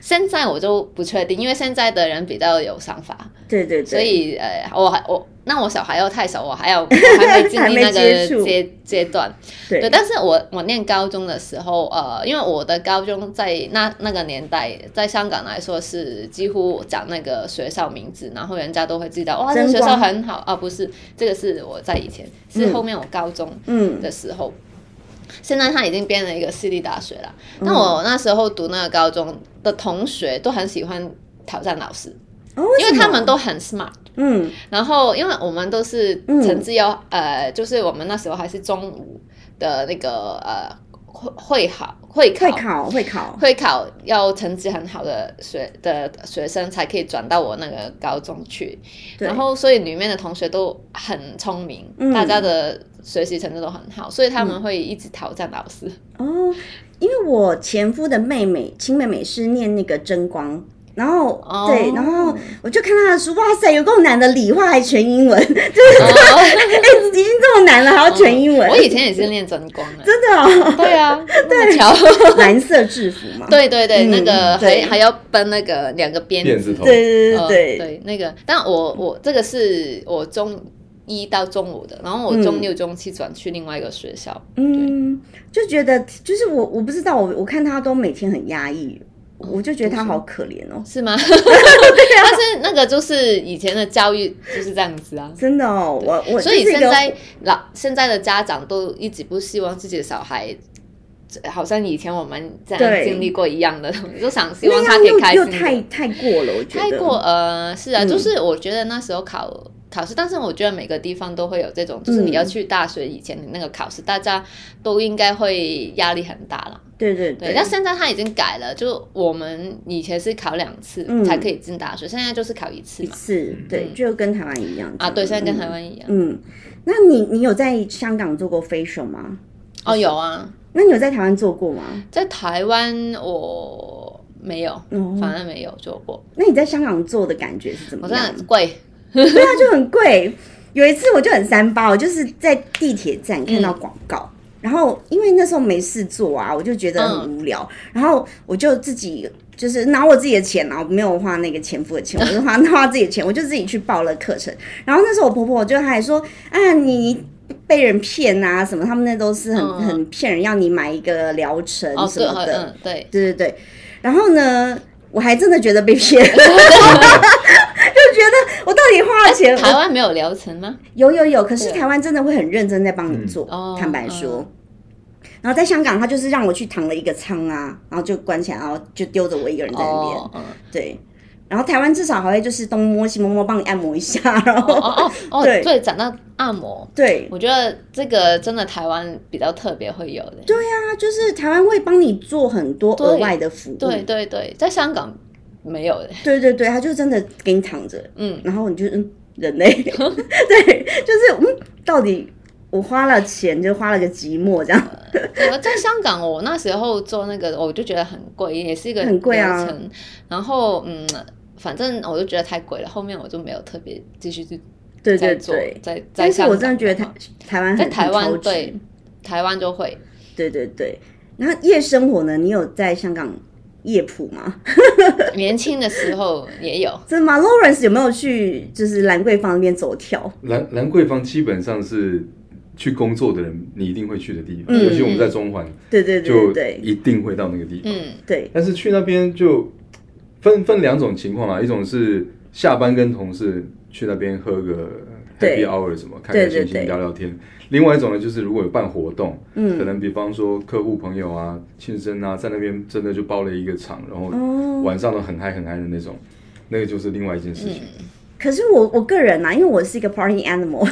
现在我就不确定，因为现在的人比较有想法，
对对对，
所以呃，我还我那我小孩又太小，我还要我还没经历那
还没接
个
触
阶阶段。
对
但是我我念高中的时候，呃，因为我的高中在那那个年代，在香港来说是几乎讲那个学校名字，然后人家都会知道，哇，这
真
个学
光
校很好啊，不是这个是我在以前，是
嗯
后面我高中
嗯，
的时候，现在他已经变了一个私立大学了。那我那时候读那个高中的同学都很喜欢挑战老师，
哦，
因
什
为
么
他们都很 smart。
嗯
然后因为我们都是
嗯
成绩要、呃，就是我们那时候还是中午的那个呃会会考会考
会考会考，
会考要成绩很好的学的学生才可以转到我那个高中去，
对
然后所以里面的同学都很聪明，
嗯
大家的学习成绩都很好，所以他们会一直挑战老师。
哦，因为我前夫的妹妹亲妹妹是念那个真光。然后、
哦
对，然后我就看他的书，哇塞，有够难的，理化还全英文， 已
哦
经这么难了，还要啊全英文，
我以前也是练真光的，
真的、哦、
对啊，那么巧，
蓝色制服嘛，
对对对，
嗯
那个还
对
还要奔那个两个边
辫子头
对对
呃
对对
对，那个，但我我这个是我中一到中五的，然后我中六、中七转去另外一个学校。
嗯，就觉得就是我我不知道，我我看他都每天很压抑，我就觉得他好可怜哦，
是吗？ 但是那个就是以前的教育就是这样子 啊，
真的哦，我我
所以
这是一
现
个
在老现在的家长都一直不希望自己的小孩，好像以前我们这
对
样经历过一样的，就想希望
那
他
样
可以
又
开
又
心一
太
点。
太过了，我觉
太
得
过呃，是啊，
嗯
就是我觉得那时候考考试，但是我觉得每个地方都会有这种，
嗯
就是你要去大学以前的那个考试，大家都应该会压力很大啦。
对对
对，但现在他已经改了，就我们以前是考两次
嗯
才可以进大学，现在就是考一次
一
嘛。
次对，就跟台湾一样
嗯啊，对，现在跟台
嗯
湾一样。
嗯，那你你有在香港做过 facial 吗？
哦，有啊，
那你有在台湾做过吗？
在台湾我没有，
哦
反正没有做过，
那你在香港做的感觉是怎么
我真的
样？
很贵。
对啊，就很贵。有一次我就很三八，我就是在地铁
嗯
站看到广告，然后因为那时候没事做啊，我就觉得
嗯
很无聊，然后我就自己就是拿我自己的钱啊，我没有花那个前夫的钱，我就花 花自己的钱，我就自己去报了课程。然后那时候我婆婆就还说啊，你。被人骗啊，什么？他们那都是很、
嗯
很骗人，要你买一个疗程
哦，
什
对，
么
好
的。
嗯，对，
对对对，然后呢，我还真的觉得被 骗，就觉得我到底花了钱，
哎台
我
湾没有疗程吗？
有有有，可是
对
台湾真的会很认真在帮你
嗯
做，
哦
坦白说。然后在香港，他就是让我去躺了一个仓啊，然后就关起来，然后就丢着我一个人在那边。
哦，嗯
对，然后台湾至少还会就是东摸西摸摸帮你按摩一下，然后、
哦哦 哦，
对
对，讲到按摩，
对，
我觉得这个真的台湾比较特别会有的。对
那就是台湾会帮你做很多额
对
外的服务。
对对对，在香港没有的。
对对对，他就真的给你躺着，
嗯，
然后你就嗯，人 类，对，就是嗯，到底我花了钱就花了个寂寞这
呃
样，
我在香港，我那时候做那个，我就觉得很贵，也是一个
很贵啊
疗程。然后嗯，反正我就觉得太贵了，后面我就没有特别继续去
对对
再做
对。，
在在
但是
香港
我真的觉得台台湾
在
很
台
很超
湾
值
对台湾就会，
对对对。然后夜生活呢？你有在香港夜谱吗？
年轻的时候也有。
真的吗？Lawrence 有没有去就是兰桂坊那边走跳？
兰兰桂坊基本上是去工作的人你一定会去的地方，
嗯
尤其我们在中环
对对对
就
对对
一定会到那个地 方。
嗯，
对，
但是去那边就分分两种情况啦，一种是下班跟同事去那边喝个
对
happy hour 什么，开开心
对对对
心聊聊天；另外一种呢，就是如果有办活动，可
嗯，
能比方说客户朋友啊、庆生啊，在那边真的就包了一个场，然后
哦。
晚上都很嗨很嗨的那种，那个就是另外一件事情。
可是我我个人啊，因为我是一个 party animal，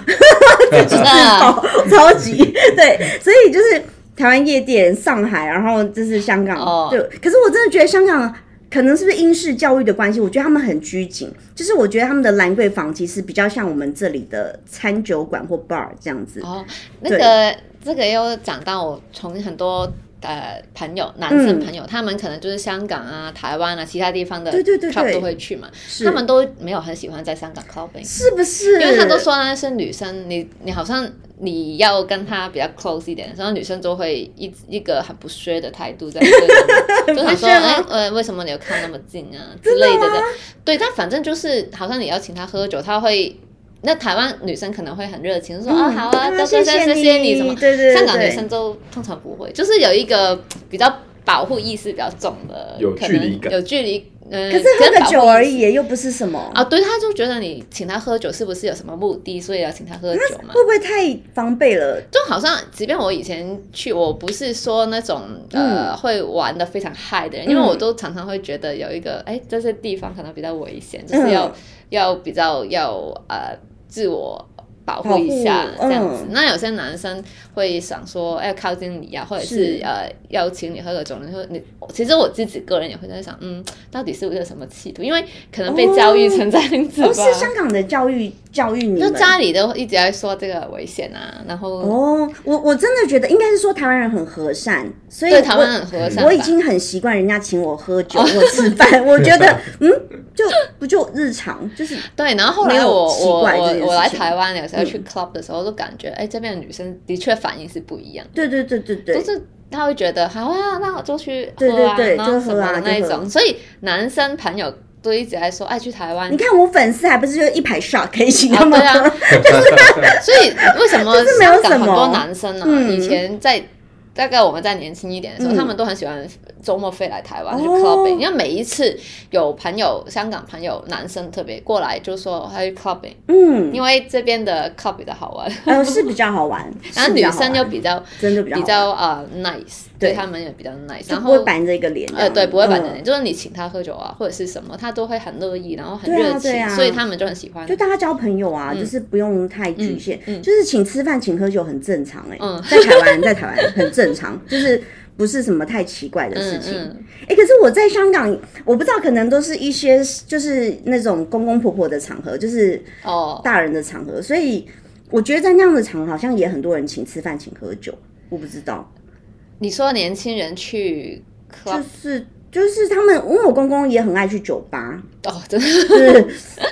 那
爆， 超级对，所以就是台湾夜店、上海，然后就是香港，
哦
对。可是我真的觉得香港可能是不是英式教育的关系，我觉得他们很拘谨，就是我觉得他们的兰桂坊其实比较像我们这里的餐酒馆或 bar 这样子。
哦，那个这个又讲到我从很多。呃，朋友，男生朋友，他们可能就是香港啊、台湾啊、其他地方
嗯
的
对对对
club
对
都会去嘛，
是
他们都没有很喜欢在香港 clubbing，
是不是？
因为他都说那是女生，你你好像你要跟他比较 close 一点，然后女生就会一一个很不屑的态度在对你，就想说，
很不屑吗
哎、呃，为什么你有靠那么近 啊之类的的，对，但反正就是好像你要请他喝酒，他会。那台湾女生可能会很热情，说、啊好啊，多
嗯谢
谢
谢
谢谢你什么。
对对对，
香港女
对
生都通常不会，就是有一个比较保护意识比较重的，
有
可
距
能
离感
有距离。嗯，
可是喝
能
个
保护
酒而
意识
已，又不是什么。
啊，对，他就觉得你请他喝酒是不是有什么目的，所以要请他喝酒 嘛？
会不会太防备了？
就好像，即便我以前去，我不是说那种呃、会玩的非常嗨的人，因为
嗯
我都常常会觉得有一个，哎，这些地方可能比较危险，就是要、
嗯
要比较要呃自我保护一下
保护
这样子。
嗯
那有些男生会想说，哎，靠近你啊，或者
是
是呃邀请你喝个酒，你说你，其实我自己个人也会在想，嗯，到底是不是有什么企图？因为可能被教育成这样子吧。
哦，是香港的教育教育你
就
们。
家里都一直在说这个危险啊，然后、
哦，我我真的觉得应该是说台湾人很和善，所以
对台湾
我
很和善吧。哦
我已经很习惯人家请我喝酒或吃饭， 我觉得嗯，就不就日常，就是
对，然后后
没
来
有
我
奇
我
怪这件
我我来
事情嗯
台湾有时候去 club 的时候，都感觉哎、这边的女生的确反应是不一样，
对对对对
就
对，
是她会觉得好啊，那我就去喝
对对
啊，
对
然
就
后
喝
什么
啊
的那一
就喝
种，所以男生朋友。都一直在说，哎，去台湾
你。看我粉丝还不是就一排 shot 可以请
啊
他们
对啊
喝？
所以为什么
就是没有
香港
什
很
么
多男生啊，
嗯
以前在大概我们在年轻一点的时候，
嗯
他们都很喜欢周末飞来台湾
哦
去 clubbing，、因为每一次有朋友香港朋友男生特别过来就说哎他去 clubbing，
嗯，
因为这边的 club 比较好玩，
呃，是比较好玩，
然后
是比
女
较好玩
生又比较
真的比较
比
好玩
较啊 nice，
对
对他们也比较 nice，
就
然
不会
后。
板着一个脸这样，
呃，对，不会板着你，
嗯
就是你请他喝酒啊，或者是什么，他都会很乐意，然后很
对啊
热情，
对啊
所以他们就很喜欢。
就大家交朋友啊，就是不用太局限，
嗯嗯嗯
就是请吃饭请喝酒很正常哎、
嗯
在台湾在台湾很正常，就是不是什么太奇怪的事
嗯
情。
嗯，
哎、可是我在香港，我不知道，可能都是一些就是那种公公婆婆的场合，就是
哦，
大人的场合，所以我觉得在那样的场合，好像也很多人请吃饭请喝酒，我不知道，
你说年轻人去
就
club
是就是他们，因为我公公也很爱去酒吧，
哦，真的
就是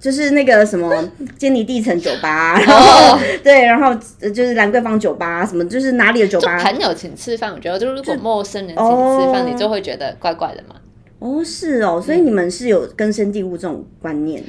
就是那个什么坚尼地城酒吧，啊然后对，然后呃就是兰桂坊酒吧，啊什么就是哪里的酒
就
吧？
朋友请吃饭，我觉得就是如果陌生人请吃
哦
饭，你就会觉得怪怪的嘛。
哦，是哦，所以你们是有根深蒂固这种观念，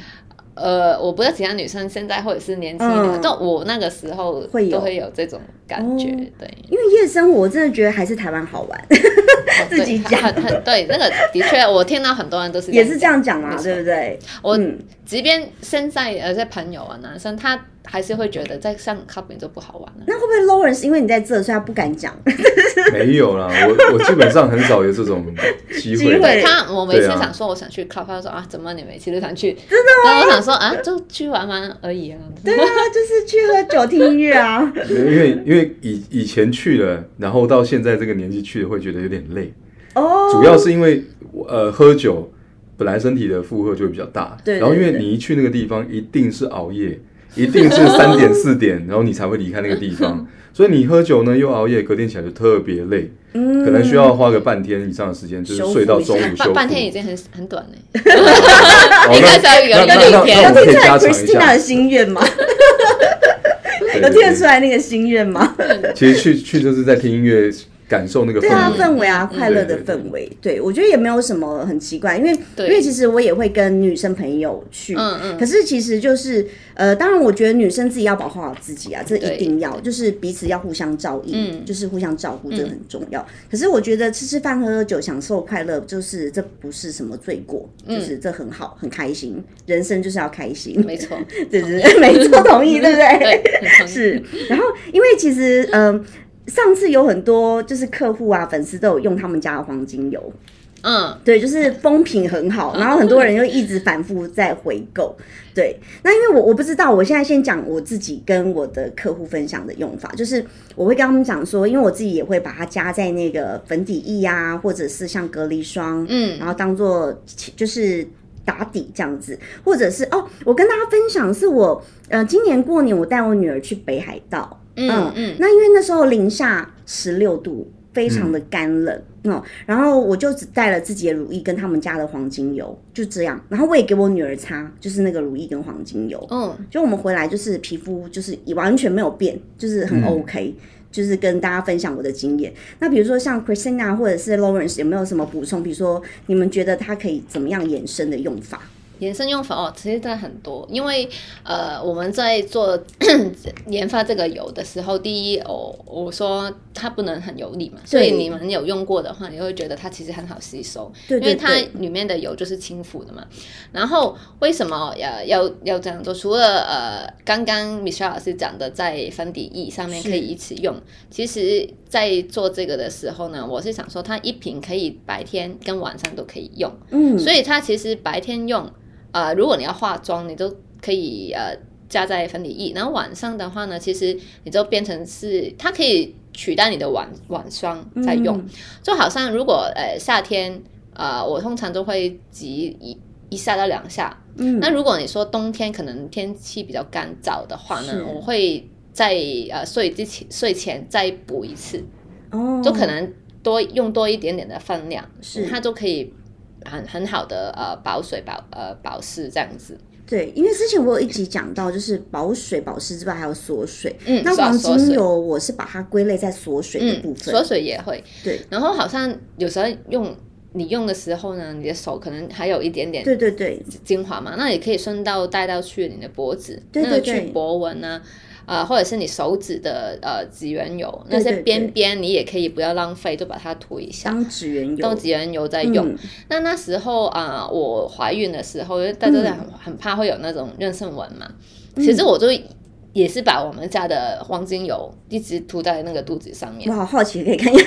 呃，我不知道其他女生现在或者是年轻一点的，
嗯
但我那个时候
会有
都会有这种感觉，
哦
对，
因为夜生活我真的觉得还是台湾好玩，
哦对
自己讲
很 很对，那个的确，我听到很多人都是
也是这样讲
讲
嘛，
没错
对不对？
我
嗯
即便现在呃，在朋友啊，男生他还是会觉得在香港 clubbing 就不好玩了。
那会不会 Lawrence 因为你在这，所以他不敢讲？
没有啦，我我基本上很少有这种机
机
会。
会
对他，我每次
对啊
想说我想去 club，他就说啊，怎么你每次都想去？真的吗？但我想说啊，就去玩玩而已啊。
对啊，就是去喝酒听音乐啊。
因为因为以以前去了，然后到现在这个年纪去了，会觉得有点累，
哦，
主要是因为呃喝酒本来身体的负荷就会比较大，
对对
然后因为
对
你一去那个地方，一定是熬夜，一定是三点四点，然后你才会离开那个地方，所以你喝酒呢又熬夜，隔天起来就特别累，
嗯
可能需要花个半天以上的时间，就是
修复
睡到
一下
中午休
半
复。
半天已经很很短了。
哦
应该是要
那
有一个
那
六天
那
有
那
嗯听出来
我可以加长一
Christina
下
的，心愿吗？
对
有听
对
得
对
出来那个心愿吗？
其实去去就是在听音乐，感受那个
对啊，
氛围。
氛围啊，快乐的
对对
氛围。对我觉得也没有什么很奇怪，因为因
对
为其实我也会跟女生朋友去，
嗯嗯
可是其实就是呃，当然我觉得女生自己要保护好自己啊，这一
对
定要，就是彼此要互相照应，
嗯
就是互相照顾，这个很重要。可是我觉得吃吃饭、喝喝酒、享受快乐，就是这不是什么罪过，就是这很好，很开心，人生就是要开心，
嗯没 错，
对对对，没错，同 意，对不对？
对，很同意
是，然后因为其实嗯、上次有很多就是客户啊、粉丝都有用他们家的黄金油，
嗯，
对，就是风评很好，然后很多人又一直反复在回购。对，那因为我我不知道，我现在先讲我自己跟我的客户分享的用法，就是我会跟他们讲说，因为我自己也会把它加在那个粉底液啊，或者是像隔离霜，
嗯
然后当做就是打底这样子，或者是哦，我跟大家分享是我呃今年过年我带我女儿去北海道，
嗯嗯
那因为那时候零下十六度，非常的干冷、哦，然后我就只带了自己的乳液跟他们家的黄精油，就这样，然后我也给我女儿擦，就是那个乳液跟黄精油，
嗯，
就我们回来就是皮肤就是也完全没有变，就是很 OK，、就是跟大家分享我的经验。那比如说像 Christina 或者是 Lawrence 有没有什么补充？比如说你们觉得它可以怎么样延伸的用法？
延伸用法哦，其实真的很多，因为呃，我们在做 研发这个油的时候，第一，我我说它不能很油腻嘛，所以你们有用过的话，你会觉得它其实很好吸收，
对对
因为
对
它里面的油就是轻浮的嘛。然后为什么呃要要这样做？除了呃刚刚 Michelle 老师讲的在粉底液上面
是
可以一起用，其实在做这个的时候呢，我是想说它一瓶可以白天跟晚上都可以用。
嗯，
所以它其实白天用，呃，如果你要化妆，你都可以呃加在粉底液，然后晚上的话呢，其实你就变成是它可以取代你的晚晚霜在用，
嗯
就好像如果呃夏天，呃，我通常都会挤一一下到两下，
嗯，
那如果你说冬天可能天气比较干燥的话呢
是，
我会在呃睡之前睡前再补一次，
哦，
就可能多用多一点点的分量，
是
它就可以很很好的呃保水保呃保湿这样子。
对，因为之前我有一集讲到，就是保水、保湿之外还有锁水。
嗯
那
是啊
黄
锁
精
水
油我是把它归类在锁水的
嗯
部，分。
锁水也会
对，
然后好像有时候用你用的时候呢，你的手可能还有一点点
对对对，
精华嘛，那也可以顺道带到去你的脖子，
对对
那
对
个去脖纹啊，呃，或者是你手指的呃指缘油，
对
那
对
些边边你也可以不要浪费，就把它涂一下。
当指缘油
当指缘油在用，
嗯
那那时候啊、呃我怀孕的时候，大家
嗯
都很、很怕会有那种妊娠纹嘛。其实我就也是把我们家的黄精油一直涂在那个肚子上面哦
我。好好奇，可以看一下。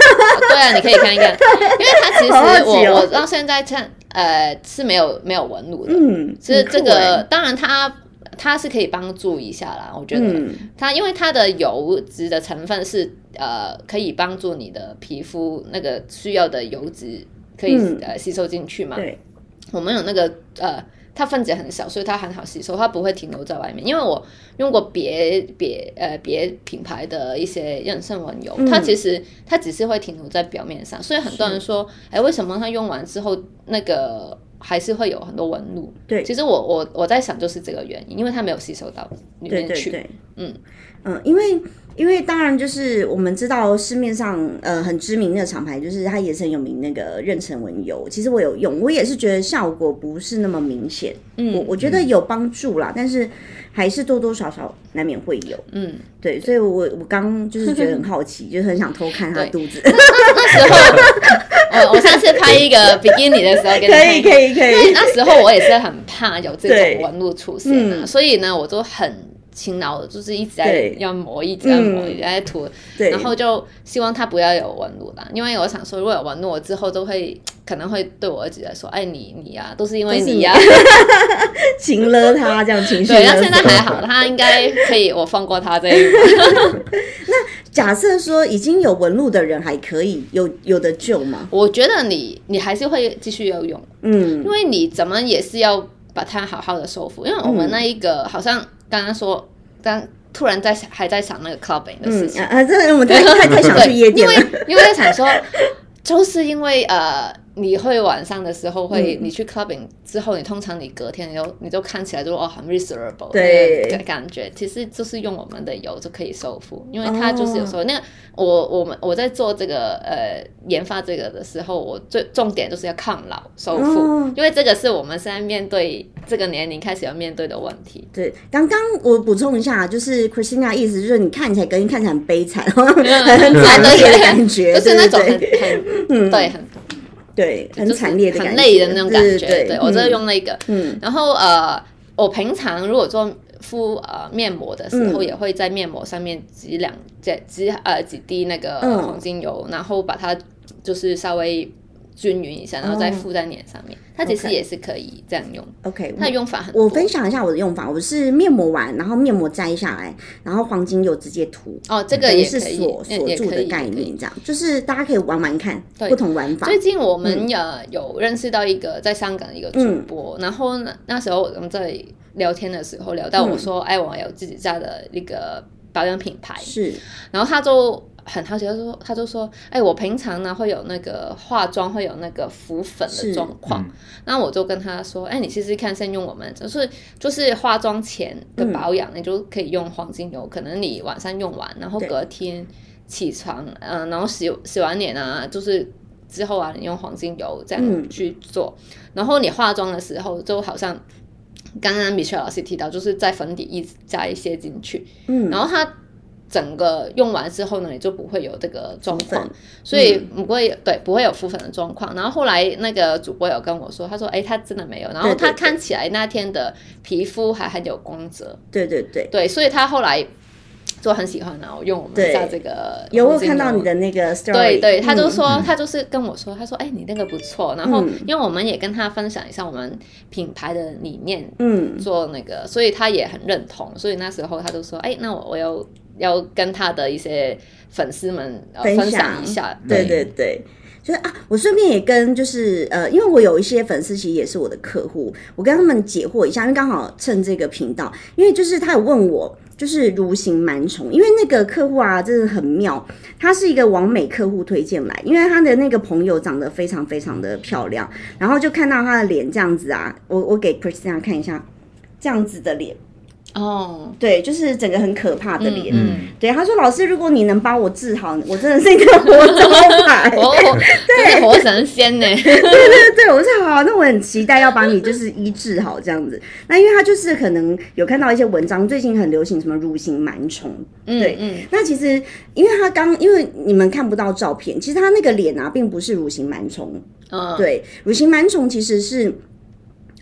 对啊，你可以看 一看，因为它其实
好好奇
我、
哦
我到现在看，呃，是没有没有纹路的。
嗯，
其实
很酷
这个
欸，
当然它它是可以帮助一下啦，我觉得、
嗯，
它因为它的油脂的成分是呃可以帮助你的皮肤那个需要的油脂可以、
嗯
呃吸收进去嘛。
对，
我们有那个呃，它分子很小，所以它很好吸收，它不会停留在外面。因为我用过别别呃别品牌的一些妊娠纹油，
嗯
它其实它只是会停留在表面上，所以很多人说，哎，为什么它用完之后那个还是会有很多纹路？
对
其实我我我在想就是这个原因，因为它没有吸收到里
对
面
对
去。
对，
嗯
嗯，因为因为当然就是我们知道市面上呃很知名的厂牌，就是它也是很有名那个妊娠纹油，其实我有用，我也是觉得效果不是那么明显，我
嗯
我觉得有帮助啦，但是还是多多少少难免会有。
嗯，
对，所以我我刚就是觉得很好 奇，就是很想偷看他的肚子。
那时候 呃我上次拍一 个比基尼的时候给你看一下
以可
因为，那时候我也是很怕有这
对
种纹路出现啊，
嗯
所以呢，我就很勤劳地，就是一直在
对
要磨，一直在磨，
嗯
一直在涂，
对，
然后就希望它不要有纹路啦。因为我想说，如果有纹路，我之后都会可能会对我儿子来说，哎，你你呀、都是因为
都是
你
你
呀、
情勒他这样情绪勒
对，
索。
但现在还好，他应该可以，我放过他这一步。
假设说已经有纹路的人还可以有有的救吗？
我觉得你你还是会继续要用，
嗯
因为你怎么也是要把它好好的收复，因为我们
嗯
那一个、好像刚刚说，刚突然在想还在想那个 clubbing 的事
嗯
情。
啊，啊这我们太 太太想去
对，
夜
因
店
为
了。
因为在想说，就是因为呃，你会晚上的时候会，
嗯
你去 clubbing 之后，你通常你隔天又你就看起来就哦很 reasonable
对
那个感觉，其实就是用我们的油就可以修复，因为它就是有时候、
哦
那个我我们我在做这个呃研发这个的时候，我最重点就是要抗老修复，
哦
因为这个是我们现在面对这个年龄开始要面对的问题。
对，刚刚我补充一下，就是 Christina 意思就是你看起来隔天看起来很悲惨， 很很惨烈的感觉，
嗯就是那种很
对对
很对很
对很
就是
惨烈的感觉，
很累的那种感觉。
对对，
我就
嗯
用那个。
嗯
然后呃，我平常如果做敷呃面膜的时候，
嗯
也会在面膜上面挤两挤挤呃几滴那个
嗯
黄精油，然后把它就是稍微均匀一下，然后再
哦
敷在脸上面。它其实
OK
也是可以这样用，
，OK，
它的用法很多。
我分享一下我的用法，我是面膜完，然后面膜摘下来，然后黄精油直接涂，
哦，这个
等于
也
是
可以
锁
也
锁
也
住
可
的
以
概
也可以
念，这样就是大家可以玩玩看
对
不同玩法。
最近我们
嗯
也有认识到一个在香港的一个主播，然后呢，那时候我们在聊天的时候聊到
嗯
我说，哎，我有自己家的一个保养品牌，
是
然后他就很好奇，他说他就说，哎，我平常呢会有那个化妆会有那个浮粉
是
的状况
嗯，
那我就跟他说，哎，你试试看，先用我们就是就是化妆前的保养，你就可以用黄精油，可能你晚上用完，然后
对
隔天起床，嗯、然后洗洗完脸啊，就是。之后啊，你用黄精油这
嗯
样去做，然后你化妆的时候，就好像刚刚米雪老师提到，就是在粉底液加一些进去，
嗯，
然后它整个用完之后呢，你就不会有这个状
浮粉嗯
况，所以不会、对不会有浮粉的状况。然后后来那个主播有跟我说，他说：“哎，他真的没有。”然后
对对
他
对
看起来那天的皮肤还很有光泽，
对对对，
对，所以他后来就很喜欢然后用我们
对
家这个
有我
黄
有
金
看到
油
你的那个 story，
对对，他就
嗯
说、他就是跟我说，他说哎、你那个不错，然后、
嗯
因为我们也跟他分享一下我们品牌的理念，
嗯
做那个，所以他也很认同，所以那时候他就说，哎，那我我要要跟他的一些粉丝们、呃、
分
分
享
享一下，
对对对。就是啊，我顺便也跟就是呃，因为我有一些粉丝其实也是我的客户，我跟他们解惑一下，因为刚好趁这个频道，因为就是他有问我就是如形螨虫，因为那个客户啊真的很妙，他是一个完美客户推荐来，因为他的那个朋友长得非常非常的漂亮，然后就看到他的脸这样子啊，我我给 Christina 看一下这样子的脸，
哦，
对，就是整个很可怕的脸。
嗯
对，他说：“老师，如果你能把我治好， 我真的是一个活招牌。
哦，真是活神仙呢，
对对对，我说好、那我很期待要把你就是医治好这样子。那因为他就是可能有看到一些文章，最近很流行什么乳形螨虫，对
嗯嗯，
那其实因为他刚因为你们看不到照片，其实他那个脸啊并不是乳形螨虫，
嗯，
对，乳形螨虫其实是，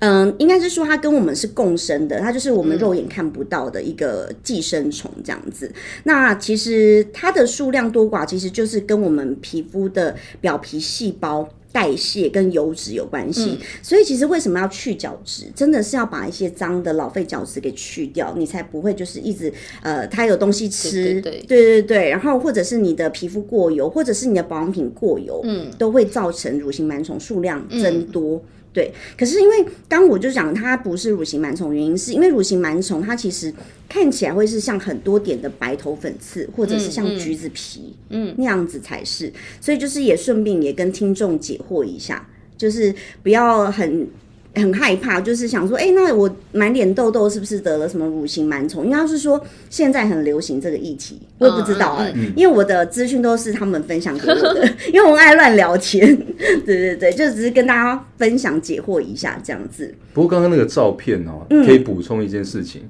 嗯，应该是说它跟我们是共生的，它就是我们肉眼看不到的一个寄生虫这样子。那其实它的数量多寡，其实就是跟我们皮肤的表皮细胞。代谢跟油脂有关系，
嗯
所以其实为什么要去角质，真的是要把一些脏的老废角质给去掉，你才不会就是一直呃，它有东西吃，
对对对
对对然后或者是你的皮肤过油，或者是你的保养品过油，嗯，都会造成乳形螨虫数量
嗯
增多。对，可是因为刚我就讲它不是乳形螨虫，原因是因为乳形螨虫它其实看起来会是像很多点的白头粉刺，或者是像橘子皮，嗯，那样子才是。所以就是也顺便也跟听众解惑一下，就是不要很很害怕，就是想说，哎、那我满脸痘痘是不是得了什么乳型螨虫？因为他是说现在很流行这个议题，我也不知道哎、
嗯
因为我的资讯都是他们分享给我的， 因为我很爱乱聊天， 对对对，就只是跟大家分享解惑一下这样子。
不过刚刚那个照片哦，
嗯
可以补充一件事情，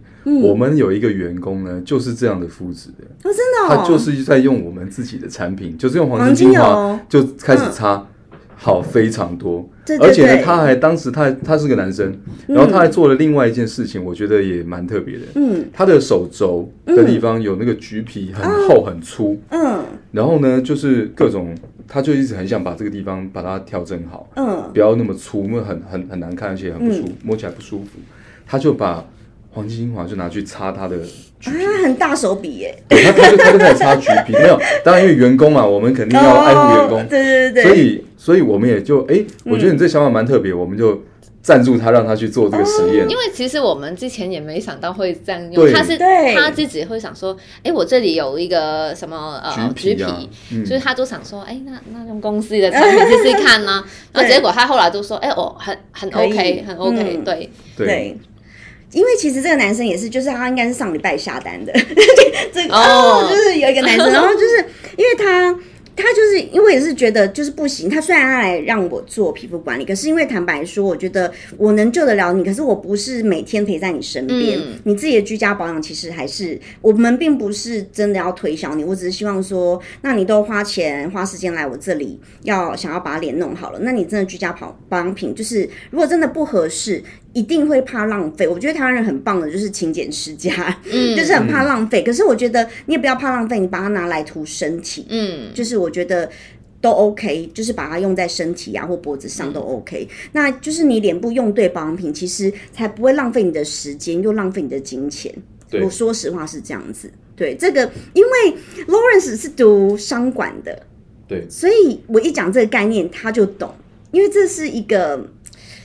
我们有一个员工呢，就是这样的肤质的，
哦，真的哦，
他就是在用我们自己的产品，就是用黄
黄
金
金
精华
油
就开始擦，好非常多。
对对
而且呢，
对
他还当时他他是个男生，然后他还做了另外一件事情，我觉得也蛮特别的。
嗯
他的手肘的地方有那个橘皮，很
啊
厚很粗，
嗯
然后呢，就是各种，他就一直很想把这个地方把它调整好，
嗯，
不要那么粗，那很很很难看，而且很不舒服，摸起来不舒服。他就把黄金精华就拿去擦他的橘皮，
他很大手笔耶，
对他他就他就开始擦橘皮，没有，当然因为员工嘛，我们肯定要爱护员
哦
工，
对 对对，
所以所以我们也就哎，我觉得你这想法蛮特别，我们就赞助他，让他去做这个实验
哦因。为其实我们之前也没想到会这样
对
用，他是
对
他自己会想说，哎，我这里有一个什么呃
橘
橘
皮啊
皮，
嗯
就是他就想说，哎，那那用公司的产品试试看呢、然后结果他后来就说，哎，我很很
可以
OK，很 OK，、
嗯
对，
对，
对，因为其实这个男生也是，就是他应该是上礼拜下单的， 这个
哦
哦，就是有一个男生，然后就是因为他。他就是因为也是觉得就是不行，他虽然他来让我做皮肤管理，可是因为坦白说，我觉得我能救得了你，可是我不是每天陪在你身边，
嗯
你自己的居家保养其实还是我们并不是真的要推销你，我只是希望说，那你都花钱花时间来我这里，要想要把脸弄好了，那你真的居家保保养品就是如果真的不合适，一定会怕浪费。我觉得台湾人很棒的就是勤俭持家，
嗯
就是很怕浪费。可是我觉得你也不要怕浪费，你把它拿来涂身体，
嗯
就是我觉得。都 OK，就是把它用在身体啊或脖子
嗯
上都 OK，、那就是你脸部用对保养品，其实才不会浪费你的时间，又浪费你的金钱。
对
我说实话是这样子。对这个，因为 Lawrence 是读商管的，
对
所以我一讲这个概念他就懂，因为这是一个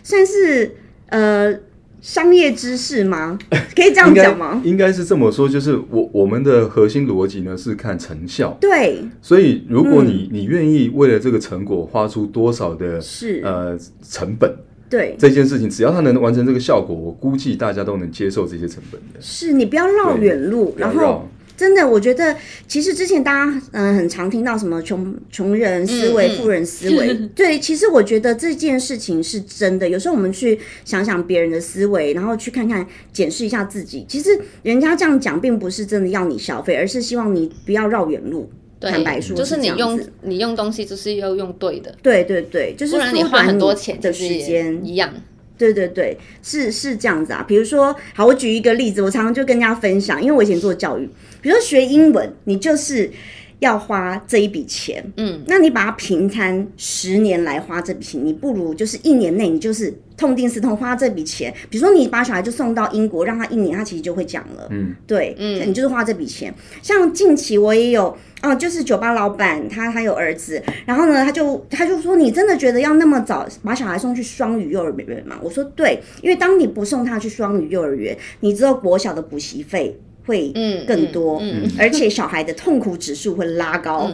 算是呃商业知识吗？可以这样
应该
讲吗？
应该是这么说，就是我我们的核心逻辑呢是看成效，
对，
所以如
嗯
果你、你愿意为了这个成果花出多少的
是，
呃成本，
对，
这件事情只要它能完成这个效果，我估计大家都能接受这些成本的。
是你不要绕
对
远路，然
不要
后
绕
真的，我觉得其实之前大家嗯、呃很常听到什么穷穷人思维、
嗯嗯
富人思 维，对，其实我觉得这件事情是真的。有时候我们去想想别人的思维，然后去看看检视一下自己，其实人家这样讲并不是真的要你消费，而是希望你不要绕远路。坦白
对，
说，
就是
这
你
样
用
子
你用东西就是要用对的，
对对对，就是
不然你
缩
花
短
很多钱
的
其实
时
也
间，
一样，
对对对，是是这样子啊。比如说，好，我举一个例子，我常常就跟人家分享，因为我以前做教育，比如说学英文，你就是要花这一笔钱，
嗯，
那你把它平摊十年来花这笔钱，你不如就是一年内你就是痛定思痛花这笔钱，比如说你把小孩就送到英国，让他一年，他其实就会讲了，
嗯，
对，
嗯
你就是花这笔钱。像近期我也有。哦、就是酒吧老板，他他有儿子，然后呢，他就他就说，你真的觉得要那么早把小孩送去双语幼儿园吗？我说对，因为当你不送他去双语幼儿园，你之后国小的补习费会
嗯，
更多，
嗯，嗯嗯
而且小孩的痛苦指数会拉高。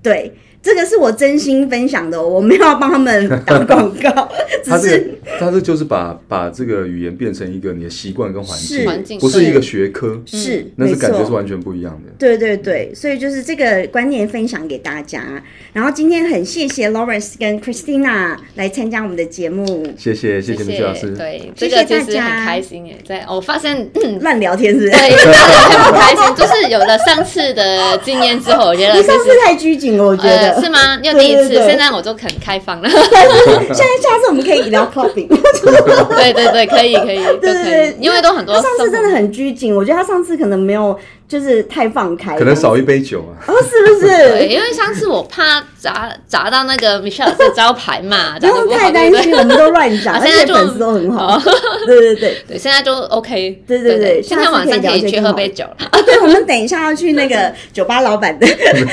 对，这个是我真心分享的哦，我没有要帮他们打广 告，只
他这
是
个他这就是把把这个语言变成一个你的习惯跟环
是
境，
环境
不是一个学科，
是
嗯那
没
是感觉是
错。
完全不一样的。
对对对，所以就是这个观念分享给大家。然后今天很谢谢 Lawrence 跟 Christina 来参加我们的节目，
谢谢谢
谢
谢米雪老师，
对，
谢
这
谢
个其实
大家
很开心耶，在我发现。嗯
乱聊天是不是？
对，大家也很开心，就是有了上次的经验之后，我觉得
你
就
上
是
次太拘谨了，我觉得。
呃是吗？又第一次，
对对对
现在我就很开 放了。
现在下次我们可以 聊 copy。
对对对，可以可以，都
对
可
对
以，因为都很多
他上次
送
真的很拘谨，我觉得他上次可能没有就是太放开，
可能少一杯酒啊，
哦，是不
对，
是？
因为上次我怕砸砸到那个 Michelle 的招牌嘛，
不
砸的
用
不
太
好，
担
对不
心，
对？
我们都乱讲，
啊
而
现在
且
就
粉丝都很好
哦。
对对对，
对，现在就 OK。
对对
对
对
今天晚上可以去喝杯酒了。
啊，对，我们等一下要去那个酒吧老板的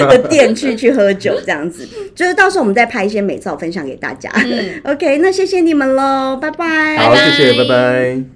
的店去去喝酒，这样子，就是到时候我们再拍一些美照分享给大家。
嗯
OK，那谢谢你们喽，拜拜。
好，谢谢，
拜拜
拜拜。